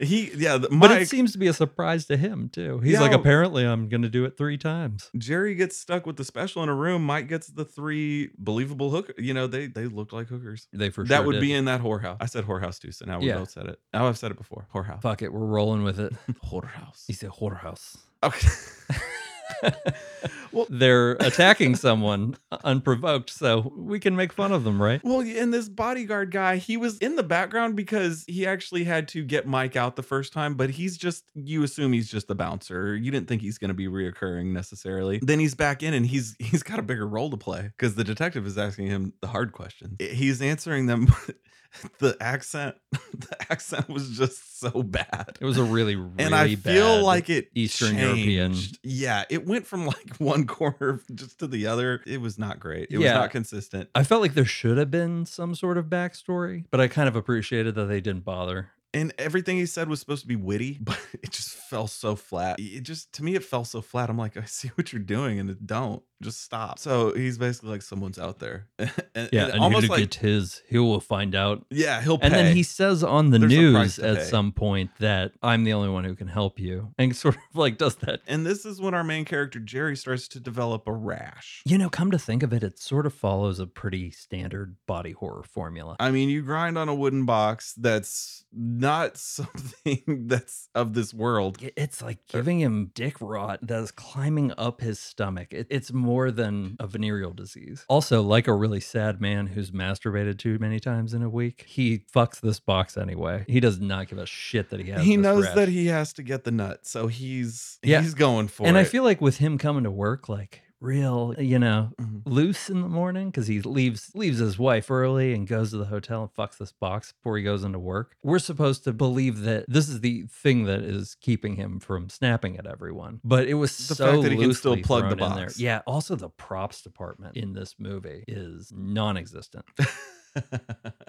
he yeah the-
But
Mike
it seems to be a surprise to him too. He's like,
Yeah.
apparently, I'm going to do it three times.
Jerry gets stuck with the special in a room. Mike gets the three believable hooker. You know they they look like hookers.
They for
that
sure
would
did.
be in that whorehouse. I said whorehouse too, so now we
Yeah.
both said it. Now I've said it before. Whorehouse.
Fuck it, we're rolling with it.
Whorehouse.
He's a whorehouse.
Okay. well,
They're attacking someone unprovoked, so we can make fun of them, right?
Well, yeah, and this bodyguard guy, he was in the background because he actually had to get Mike out the first time, but he's just, you assume he's just the bouncer. You didn't think he's going to be reoccurring necessarily. Then he's back in and he's he's got a bigger role to play because the detective is asking him the hard questions. He's answering them. but The accent, the accent was just so bad.
It was a really, really
and I feel
bad-
like it
Eastern European-
changed. Yeah, it went from like one corner just to the other. It was not great. It was
Yeah.
not consistent.
I felt like there should have been some sort of backstory, but I kind of appreciated that they didn't bother.
and everything he said was supposed to be witty, but it just fell so flat. It just to me it fell so flat. I'm like, I see what you're doing, and it don't just stop. So he's basically like, someone's out there, and, and
Yeah, and
almost
you're gonna
like
get his. He will find out.
yeah, he'll pay.
And then he says on the
There's a price
news
to
at
pay.
some point that I'm the only one who can help you, and sort of like does that
and this is when our main character Jerry starts to develop a rash.
You know, come to think of it, it sort of follows a pretty standard body horror formula.
I mean, you grind on a wooden box that's not something that's of this world.
I- it's like giving him dick rot that is climbing up his stomach. It, it's more than a venereal disease. Also, like a really sad man who's masturbated too many times in a week, he fucks this box anyway. He does not give a shit that he has.
he
this
knows
rash.
that he has to get the nut, so he's
Yeah.
he's going for
And
it.
I feel like with him coming to work, like real, you know,
Mhm.
loose in the morning because he leaves leaves his wife early and goes to the hotel and fucks this box before he goes into work. We're supposed to believe that this is the thing that is keeping him from snapping at everyone. But it was
The
so
fact that he can still
loosely
plug the
thrown in there.
box.
Yeah. Also, the props department in this movie is non-existent.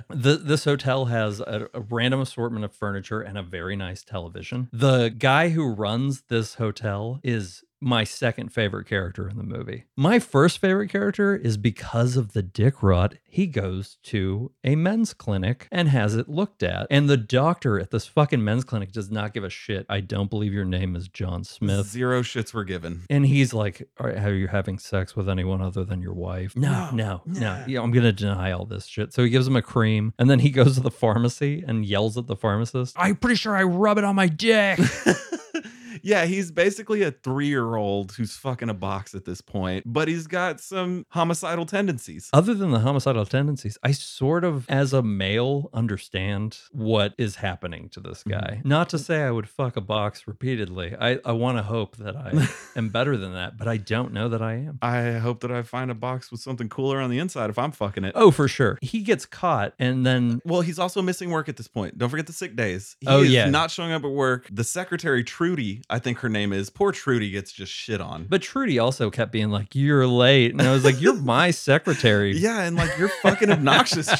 The, this hotel has a, a random assortment of furniture and a very nice television. The guy who runs this hotel is my second favorite character in the movie. My first favorite character is because of the dick rot. He goes to a men's clinic and has it looked at. And the doctor at this fucking men's clinic does not give a shit. I don't believe your name is John Smith.
Zero shits were given.
And he's like, All right, are you having sex with anyone other than your wife? No, no, no.
No, nah.
Yeah, I'm going to deny all this shit. So he gives him a cream and then he goes to the pharmacy and yells at the pharmacist, I'm pretty sure I rub it on my dick.
yeah, he's basically a three year old who's fucking a box at this point, but he's got some homicidal tendencies.
other than the homicidal tendencies, I sort of, as a male, understand what is happening to this guy. Not to say I would fuck a box repeatedly. I, I want to hope that I am better than that, but I don't know that I am.
I hope that I find a box with something cooler on the inside if I'm fucking it.
Oh, for sure. He gets caught and then
Well, he's also missing work at this point. Don't forget the sick days. He
Oh,
is
yeah.
not showing up at work. The secretary, Trudy, I think her name is, poor Trudy gets just shit on.
But Trudy also kept being like, "You're late," and I was like, "You're my secretary."
yeah, and like you're fucking obnoxious,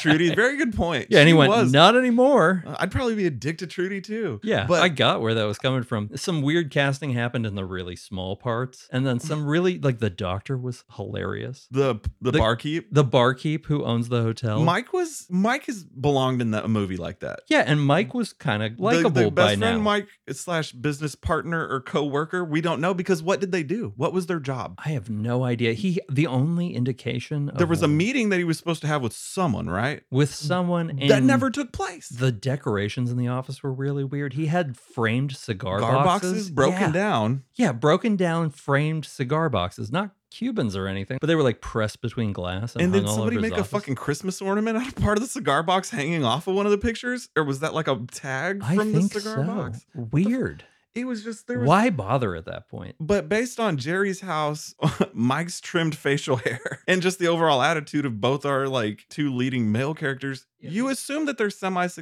Trudy. Very good point.
yeah. And he
She
went,
was.
"Not anymore."
I'd probably be a dick to Trudy too.
Yeah,
but
I got where that was coming from. Some weird casting happened in the really small parts, and then some really like the doctor was hilarious.
the, the
The-
barkeep,
The barkeep who owns the hotel,
Mike was Mike has belonged in that a movie like that.
Yeah, and Mike was kind of likable
the, the best
by now.
friend Mike slash business partner or co-worker, we don't know because what did they do? What was their job?
I have no idea. He the only indication of
There was a
wh-
meeting that he was supposed to have with someone, right?
with someone and
that never took place.
The decorations in the office were really weird. He had framed cigar
Gar boxes, broken
Yeah.
down.
Yeah, broken down framed cigar boxes, not Cubans or anything, but they were like pressed between glass. And,
And
hung
did
all
somebody
over his
make a
office.
fucking Christmas ornament out of part of the cigar box hanging off of one of the pictures? Or was that like a tag
I
from
think
the cigar
so.
box?
Weird.
It was just there was
Why bother at that point?
But based on Jerry's house, Mike's trimmed facial hair, and just the overall attitude of both our like two leading male characters,
Yeah.
You assume that they're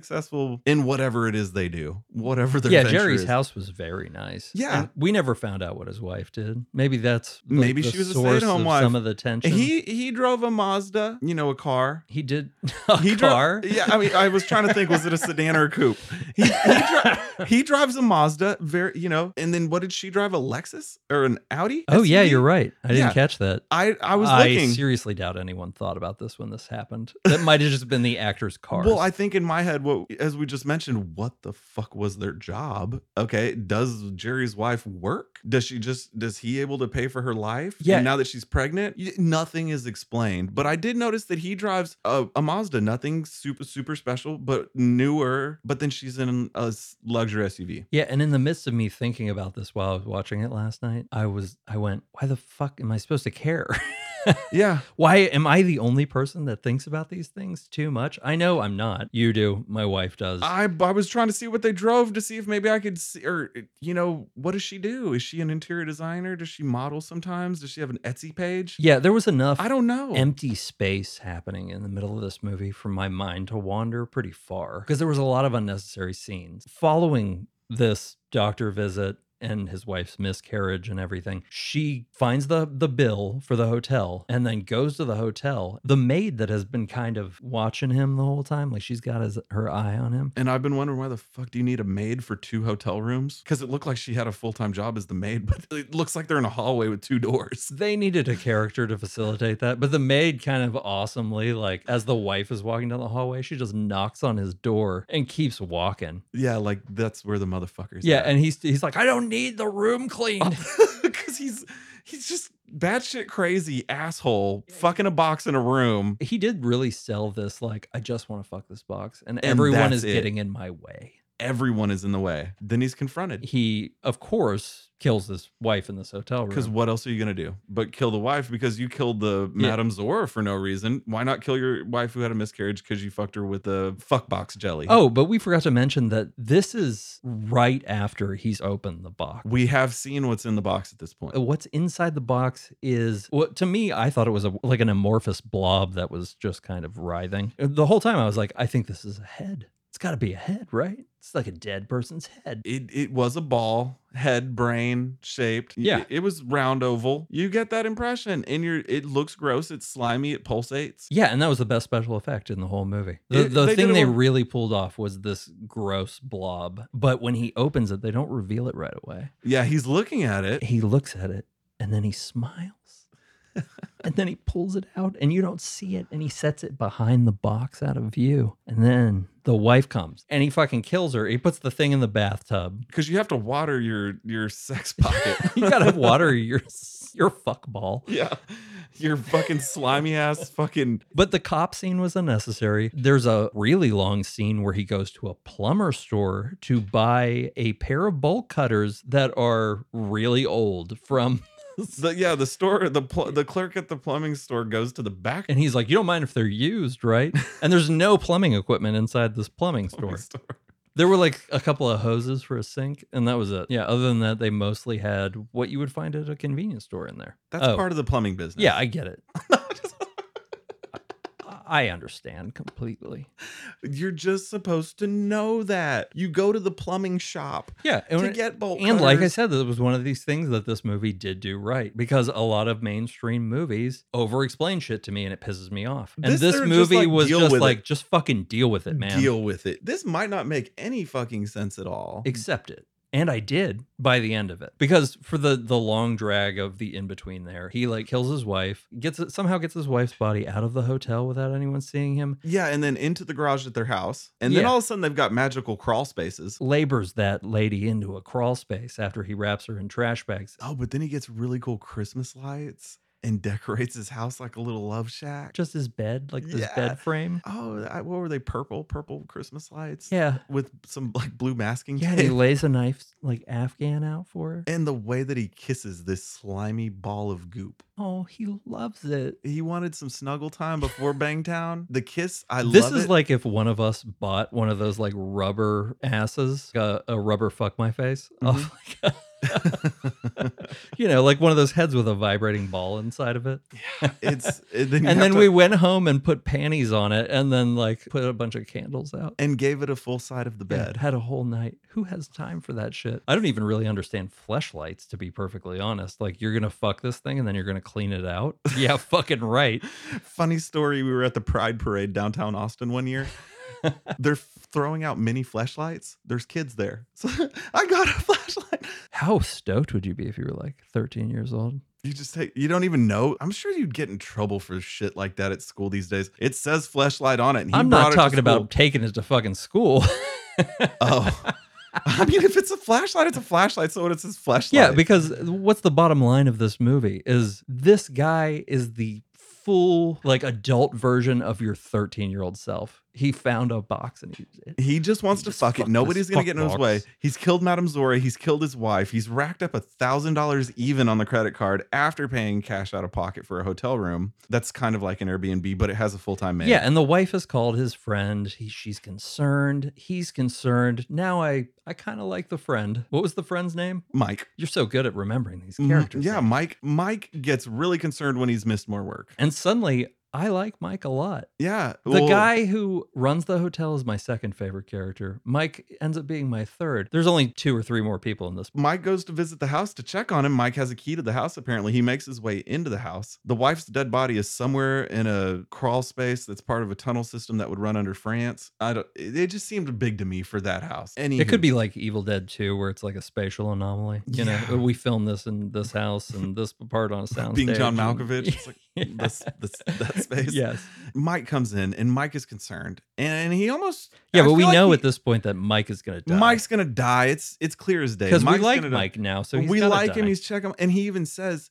semi-successful in whatever it is they do, whatever their
yeah,
venture
Jerry's
is.
house was very nice.
Yeah.
And we never found out what his wife did. Maybe that's the-
Maybe
the
she was a
source
stay-at-home
of
wife.
Some of the tension.
He he drove a Mazda, you know, a car.
he did a
he dro-
car.
Yeah, I mean, I was trying to think, was it a sedan or a coupe? He, he, dri- he drives a Mazda, very, you know, and then what did she drive? A Lexus or an Audi?
oh yeah,
SUV?
you're right. I didn't
Yeah.
catch that.
I I was looking.
seriously doubt anyone thought about this when this happened. That might have just been the actor's car.
Well, I think in my head, what as we just mentioned, what the fuck was their job? Okay, does Jerry's wife work? Does she just does he able to pay for her life?
Yeah.
And now that she's pregnant, y- nothing is explained. But I did notice that he drives a, a Mazda, nothing super super special, but newer. But then she's in a s- luxury SUV.
yeah, and in the midst of me thinking about this while I was watching it last night, I was I went, why the fuck am I supposed to care?
Yeah,
why am I the only person that thinks about these things too much? I know I'm not. You do. My wife does.
I I was trying to see what they drove to see if maybe I could see or you know what does she do? Is she an interior designer? Does she model sometimes? Does she have an Etsy page?
yeah, there was enough
I don't know.
empty space happening in the middle of this movie for my mind to wander pretty far because there was a lot of unnecessary scenes following this doctor visit and his wife's miscarriage and everything she finds the the bill for the hotel and then goes to the hotel the maid that has been kind of watching him the whole time like she's got his her eye on him
And I've been wondering why the fuck do you need a maid for two hotel rooms? Because it looked like she had a full time job as the maid, but it looks like they're in a hallway with two doors.
they needed a character to facilitate that but the maid kind of awesomely like as the wife is walking down the hallway she just knocks on his door and keeps walking
Yeah, like that's where the motherfuckers.
Yeah, and he's he's like, I don't need the room cleaned.
because he's he's just batshit crazy asshole, fucking a box in a room.
he did really sell this like, I just want to fuck this box, and,
And
everyone
that's
is
it.
getting in my way.
Everyone is in the way. Then he's confronted.
He, of course, kills his wife in this hotel
Because
room.
what else are you gonna do but kill the wife? Because you killed the
Yeah.
Madame Zora for no reason. Why not kill your wife who had a miscarriage because you fucked her with a fuck box jelly?
Oh, but we forgot to mention that this is right after he's opened the box.
we have seen what's in the box at this point.
What's inside the box is what to me I thought it was a, like an amorphous blob that was just kind of writhing. The whole time I was like, I think this is a head. It's got to be a head, right? It's like a dead person's head.
it it was a ball head brain shaped
Yeah.
it, it was round oval you get that impression and you're it looks gross it's slimy it pulsates
Yeah, and that was the best special effect in the whole movie. The,
It-
the
they did
thing
it
they
well.
really pulled off was this gross blob. But when he opens it, they don't reveal it right away.
yeah he's looking at it
He looks at it and then he smiles. and then he pulls it out and you don't see it and he sets it behind the box out of view. And then the wife comes and he fucking kills her. He puts the thing in the bathtub.
because you have to water your your sex pocket
you got to water your your fuck ball.
yeah your fucking slimy ass fucking
But the cop scene was unnecessary. There's a really long scene where he goes to a plumber store to buy a pair of bowl cutters that are really old from
the, yeah the store the pl- the clerk at the plumbing store goes to the back
and he's like, "You don't mind if they're used, right?" And there's no plumbing equipment inside this plumbing store.
plumbing store.
There were like a couple of hoses for a sink and that was it. Yeah, other than that they mostly had what you would find at a convenience store in there.
that's
Oh,
part of the plumbing business
Yeah, I get it. I understand completely.
you're just supposed to know that you go to the plumbing shop
Yeah, and
to
when-
get bolt
And like I
Oh, cutters.
said, that was one of these things that this movie did do right because a lot of mainstream movies over explain shit to me and it pisses me off. And
This
this,
they're just
movie
like,
was
deal
just
with it.
like, just fucking deal with it, man.
deal with it. This might not make any fucking sense at all.
Accept it. And I did by the end of it because for the the long drag of the in between there, he like kills his wife, gets it somehow gets his wife's body out of the hotel without anyone seeing him,
yeah, and then into the garage at their house. And then
Yeah.
all of a sudden they've got magical crawl spaces.
labors that lady into a crawl space after he wraps her in trash bags.
Oh, but then he gets really cool Christmas lights and decorates his house like a little love shack.
Just his bed, like this
Yeah.
bed frame.
oh, I, what were they? Purple, purple Christmas lights.
Yeah.
With some like blue masking
Yeah, and he
tape.
lays a knife like Afghan out for her.
And the way that he kisses this slimy ball of goop.
Oh, he loves it.
He wanted some snuggle time before Bangtown. The kiss, I
This
love
is
it.
like if one of us uh,
Mm-hmm.
bought one of those like rubber asses, a, a rubber fuck my face off like you know, like one of those heads with a vibrating ball inside of it.
it's it, then you
and
have
then
to-
we went home and put panties on it and then like put a bunch of candles out.
and gave it a full side of the
Yeah,
bed.
had a whole night. Who has time for that shit? I don't even really understand fleshlights, to be perfectly honest. Like, you're going to fuck this thing and then you're going to clean it out. Yeah, fucking right.
Funny story, we were at the Pride Parade downtown Austin one year. They're f- throwing out mini flashlights. There's kids there. So I got a flashlight.
How stoked would you be if you were like 13 years old?
You just take you don't even know. I'm sure you'd get in trouble for shit like that at school these days. It says flashlight on it. And he
I'm
brought it
not
to
talking
school.
about taking it to fucking school.
Oh. I mean, if it's a flashlight, it's a flashlight. So what it says flashlight.
Yeah, because what's the bottom line of this movie is this guy is the full like adult version of your 13 year old self. He found a box and he
He just wants
He
to
just
fuck it.
fucked
Nobody's
this
gonna get in his
fuckbox.
way. He's killed Madame Zora. He's killed his wife. He's racked up a thousand dollars even on the credit card after paying cash out of pocket for a hotel room. That's kind of like an Airbnb, but it has a full time man.
yeah, and the wife has called his friend. He, she's concerned. He's concerned. Now I I kind of like the friend. What was the friend's name?
Mike.
You're so good at remembering these
Mhm.
characters.
Yeah,
names.
Mike. Mike gets really concerned when he's missed more work.
and suddenly I like Mike a lot.
Yeah,
The
well,
guy who runs the hotel is my second favorite character. Mike ends up being my third. There's only two or three more people in this
Mike goes to visit the house to check on him. Mike has a key to the house, apparently. He makes his way into the house. The wife's dead body is somewhere in a crawl space that's part of a tunnel system that would run under France. I don't, it it just seemed big to me for that house. Anywho,
It could be like Evil Dead 2, where it's like a spatial anomaly. You
Yeah.
know, we filmed this in this house and this part on a sound.
being John Malkovich. It's like,
yeah.
this, this, that space.
Yes.
Mike comes in and Mike is concerned. And he almost.
Yeah,
I
but we
feel like
know
he-
at this point that Mike is going to die.
Mike's going to die. It's it's clear as day.
because we
Mike's
like
gonna die.
Mike now, so he's
we
gotta
like him.
die.
He's checking, him, and he even says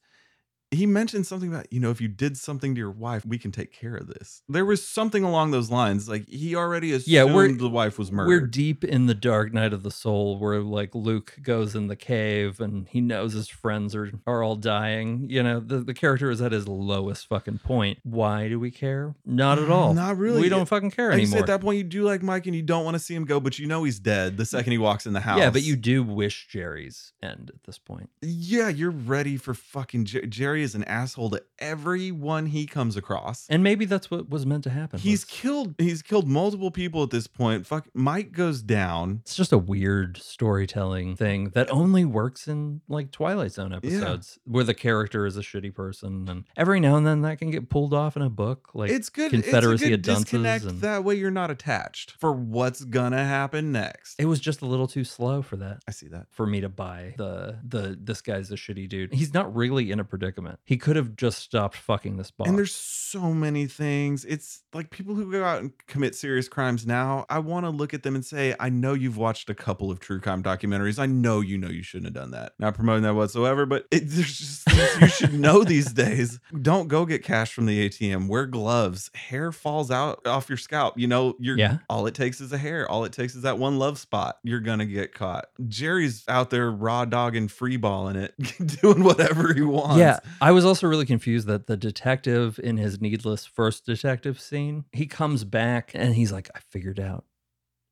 he mentioned something about you know if you did something to your wife, we can take care of this. There was something along those lines. Like he already assumed
Yeah, we're-
the wife was murdered.
We're deep in the dark night of the soul, where like Luke goes in the cave and he knows his friends are are all dying. You know, the, the character is at his lowest fucking point. Why do we care? Not at all.
Not really.
We don't fucking care
Like you said,
anymore.
at that point, you do like Mike, and you don't want to see him go, but you know he's dead the second he walks in the house.
yeah, but you do wish Jerry's end at this point.
yeah, you're ready for fucking Jer- Jerry is an asshole to everyone he comes across.
And maybe that's what was meant to happen.
He's
was-
killed. He's killed multiple people at this point. Fuck, Mike goes down.
it's just a weird storytelling thing that only works in like Twilight Zone episodes where the character is a shitty person and every now and then that can get pulled off in a book. Like
it's good
Confederacy
it's a good
of Dunces
disconnect
and-
that way you're not attached for what's gonna happen next
it was just a little too slow for that.
i see that
For me to buy the the this guy's a shitty dude. He's not really in a predicament. He could have just stopped fucking this boss.
and there's so many things it's like people who go out and commit serious crimes now i want to look at them and say i know you've watched a couple of true crime documentaries i know you know you shouldn't have done that not promoting that whatsoever but it, there's just things you should know these days don't go get cash from the atm wear gloves hair falls out off your scalp you know you're
yeah.
All it takes is a hair. All it takes is that one love spot. You're gonna get caught. Jerry's out there raw dogging, free balling it, doing whatever he wants.
Yeah, I was also really confused that the detective in his needless first detective scene, he comes back and he's like, I figured out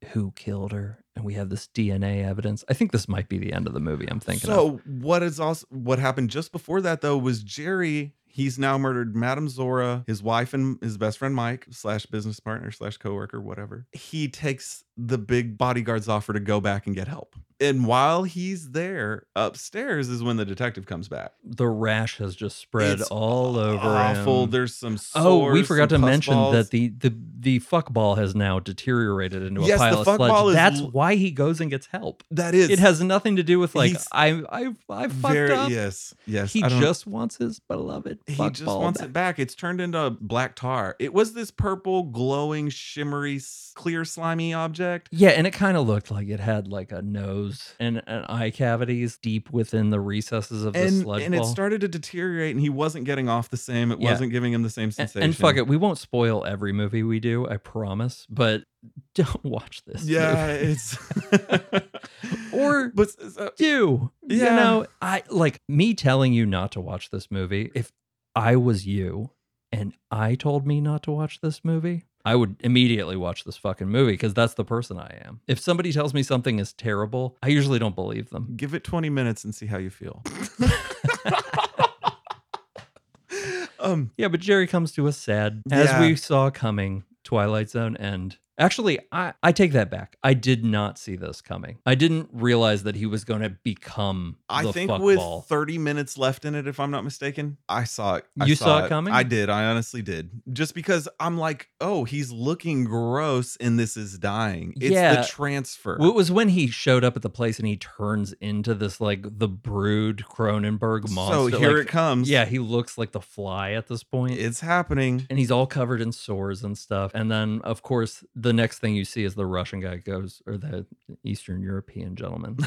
who killed her. And we have this DNA evidence. I think this might be the end of the movie. I'm thinking. of.
So what is also what happened just before that though was Jerry. He's now murdered Madame Zora, his wife, and his best friend Mike slash business partner slash coworker, whatever. He takes the big bodyguard's offer to go back and get help. And while he's there upstairs is when the detective comes back.
the rash has just spread
It's
all over.
Awful.
him.
There's some.
oh, we
sores,
forgot to
some puss
mention
balls.
that the the the fuck ball has now deteriorated into a
Yes, the
pile of
fuck ball
sludge.
is
That's
l-
why he goes and gets help.
that is
It has nothing to do with like
He's
I I I fucked up.
yes yes
He
I don't-
just wants his beloved.
he
fuck
just
ball
wants
back.
it back it's turned into black tar it was this purple glowing shimmery s- clear slimy object
Yeah, and it kind of looked like it had like a nose and an eye cavities deep within the recesses of the
and,
sludge
and it
ball.
started to deteriorate and he wasn't getting off the same it
Yeah.
wasn't giving him the same
A- and,
sensation
fuck it, we won't spoil every movie we do, I promise. But don't watch this.
yeah it's
movie. or
but s- so-
do you
Yeah.
know? I like me telling you not to watch this movie. If I was you and I told me not to watch this movie, I would immediately watch this fucking movie because that's the person I am. If somebody tells me something is terrible, I usually don't believe them.
Give it 20 minutes and see how you feel. um,
Yeah, but Jerry comes to us sad, as
Yeah.
we saw coming. Twilight Zone end. Actually, I, I take that back. I did not see this coming. I didn't realize that he was going to become
I
the
think with
fuckball.
30 minutes left in it, if I'm not mistaken, I saw it. I
You saw it coming?
I did. I honestly did. Just because I'm like, oh, he's looking gross and this is dying. It's
Yeah.
the transfer.
Well, it was when he showed up at the place and he turns into this like the brood Cronenberg
so
monster.
here
like-
it comes.
Yeah, he looks like the fly at this point.
It's happening.
and he's all covered in sores and stuff. And then, of course, the next thing you see is the Russian guy goes, or the Eastern European gentleman.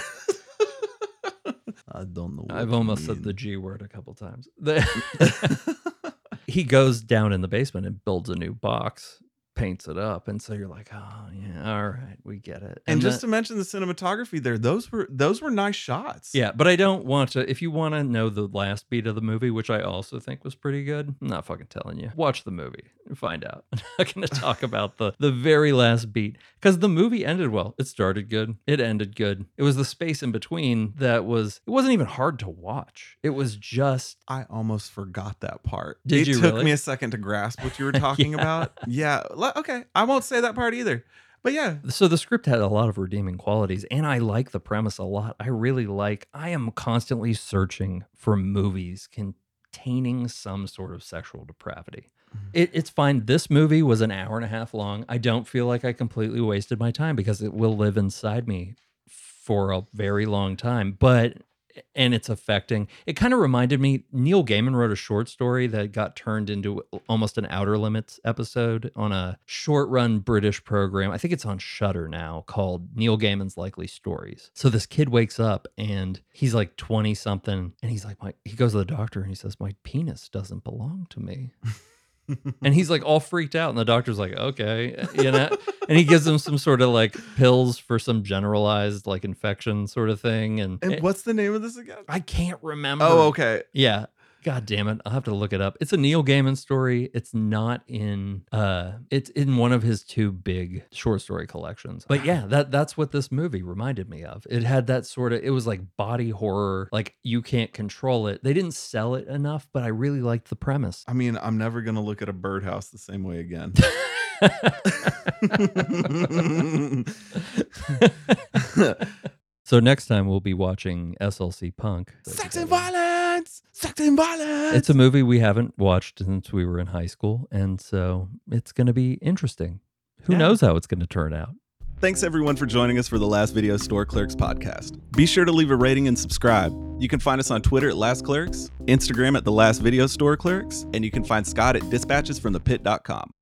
I don't know. what
I've
you
almost said
mean.
the G word a couple times. The- he goes down in the basement and builds a new box, paints it up. And so you're like, oh, yeah, all right, we get it.
and just
that-
to mention the cinematography there, those were those were nice shots.
yeah, but I don't want to. If you want to know the last beat of the movie, which I also think was pretty good, I'm not fucking telling you. Watch the movie and find out. I'm not going to talk about the the very last beat because the movie ended well. It started good. It ended good. It was the space in between that was. It wasn't even hard to watch. It was just
I almost forgot that part.
Did
it
you
took
really?
me a second to grasp what you were talking
Yeah.
about. Yeah. le- Okay. I won't say that part either. But yeah.
So the script had a lot of redeeming qualities, and I like the premise a lot. I really like. I am constantly searching for movies containing some sort of sexual depravity.
Mhm.
It, it's fine. This movie was an hour and a half long. I don't feel like I completely wasted my time because it will live inside me for a very long time. But and it's affecting. It kind of reminded me. Neil Gaiman wrote a short story that got turned into almost an Outer Limits episode on a short run British program. I think it's on Shutter now called Neil Gaiman's Likely Stories. So this kid wakes up and he's like twenty something, and he's like, my he goes to the doctor and he says, my penis doesn't belong to me. And he's like all freaked out, and the doctor's like, okay, you know, and he gives him some sort of like pills for some generalized like infection sort of thing. And,
And what's the name of this again?
Eh. I can't remember.
Oh, okay.
Yeah. God damn it. I'll have to look it up. It's a Neil Gaiman story. It's not in uh it's in one of his two big short story collections. But yeah, that that's what this movie reminded me of. It had that sort of it was like body horror, like you can't control it. They didn't sell it enough, but I really liked the premise.
I mean, I'm never gonna look at a birdhouse the same way again.
so next time we'll be watching SLC Punk.
Sex and violence. Sex and violence.
It's a movie we haven't watched since we were in high school, and so it's going to be interesting. Who
Yeah.
knows how it's going to turn out?
Thanks everyone for joining us for the Last Video Store Clerks podcast. Be sure to leave a rating and subscribe. You can find us on Twitter at Last Clerks, Instagram at the Last Video Store Clerks, and you can find Scott at dispatchesfromthepit.com.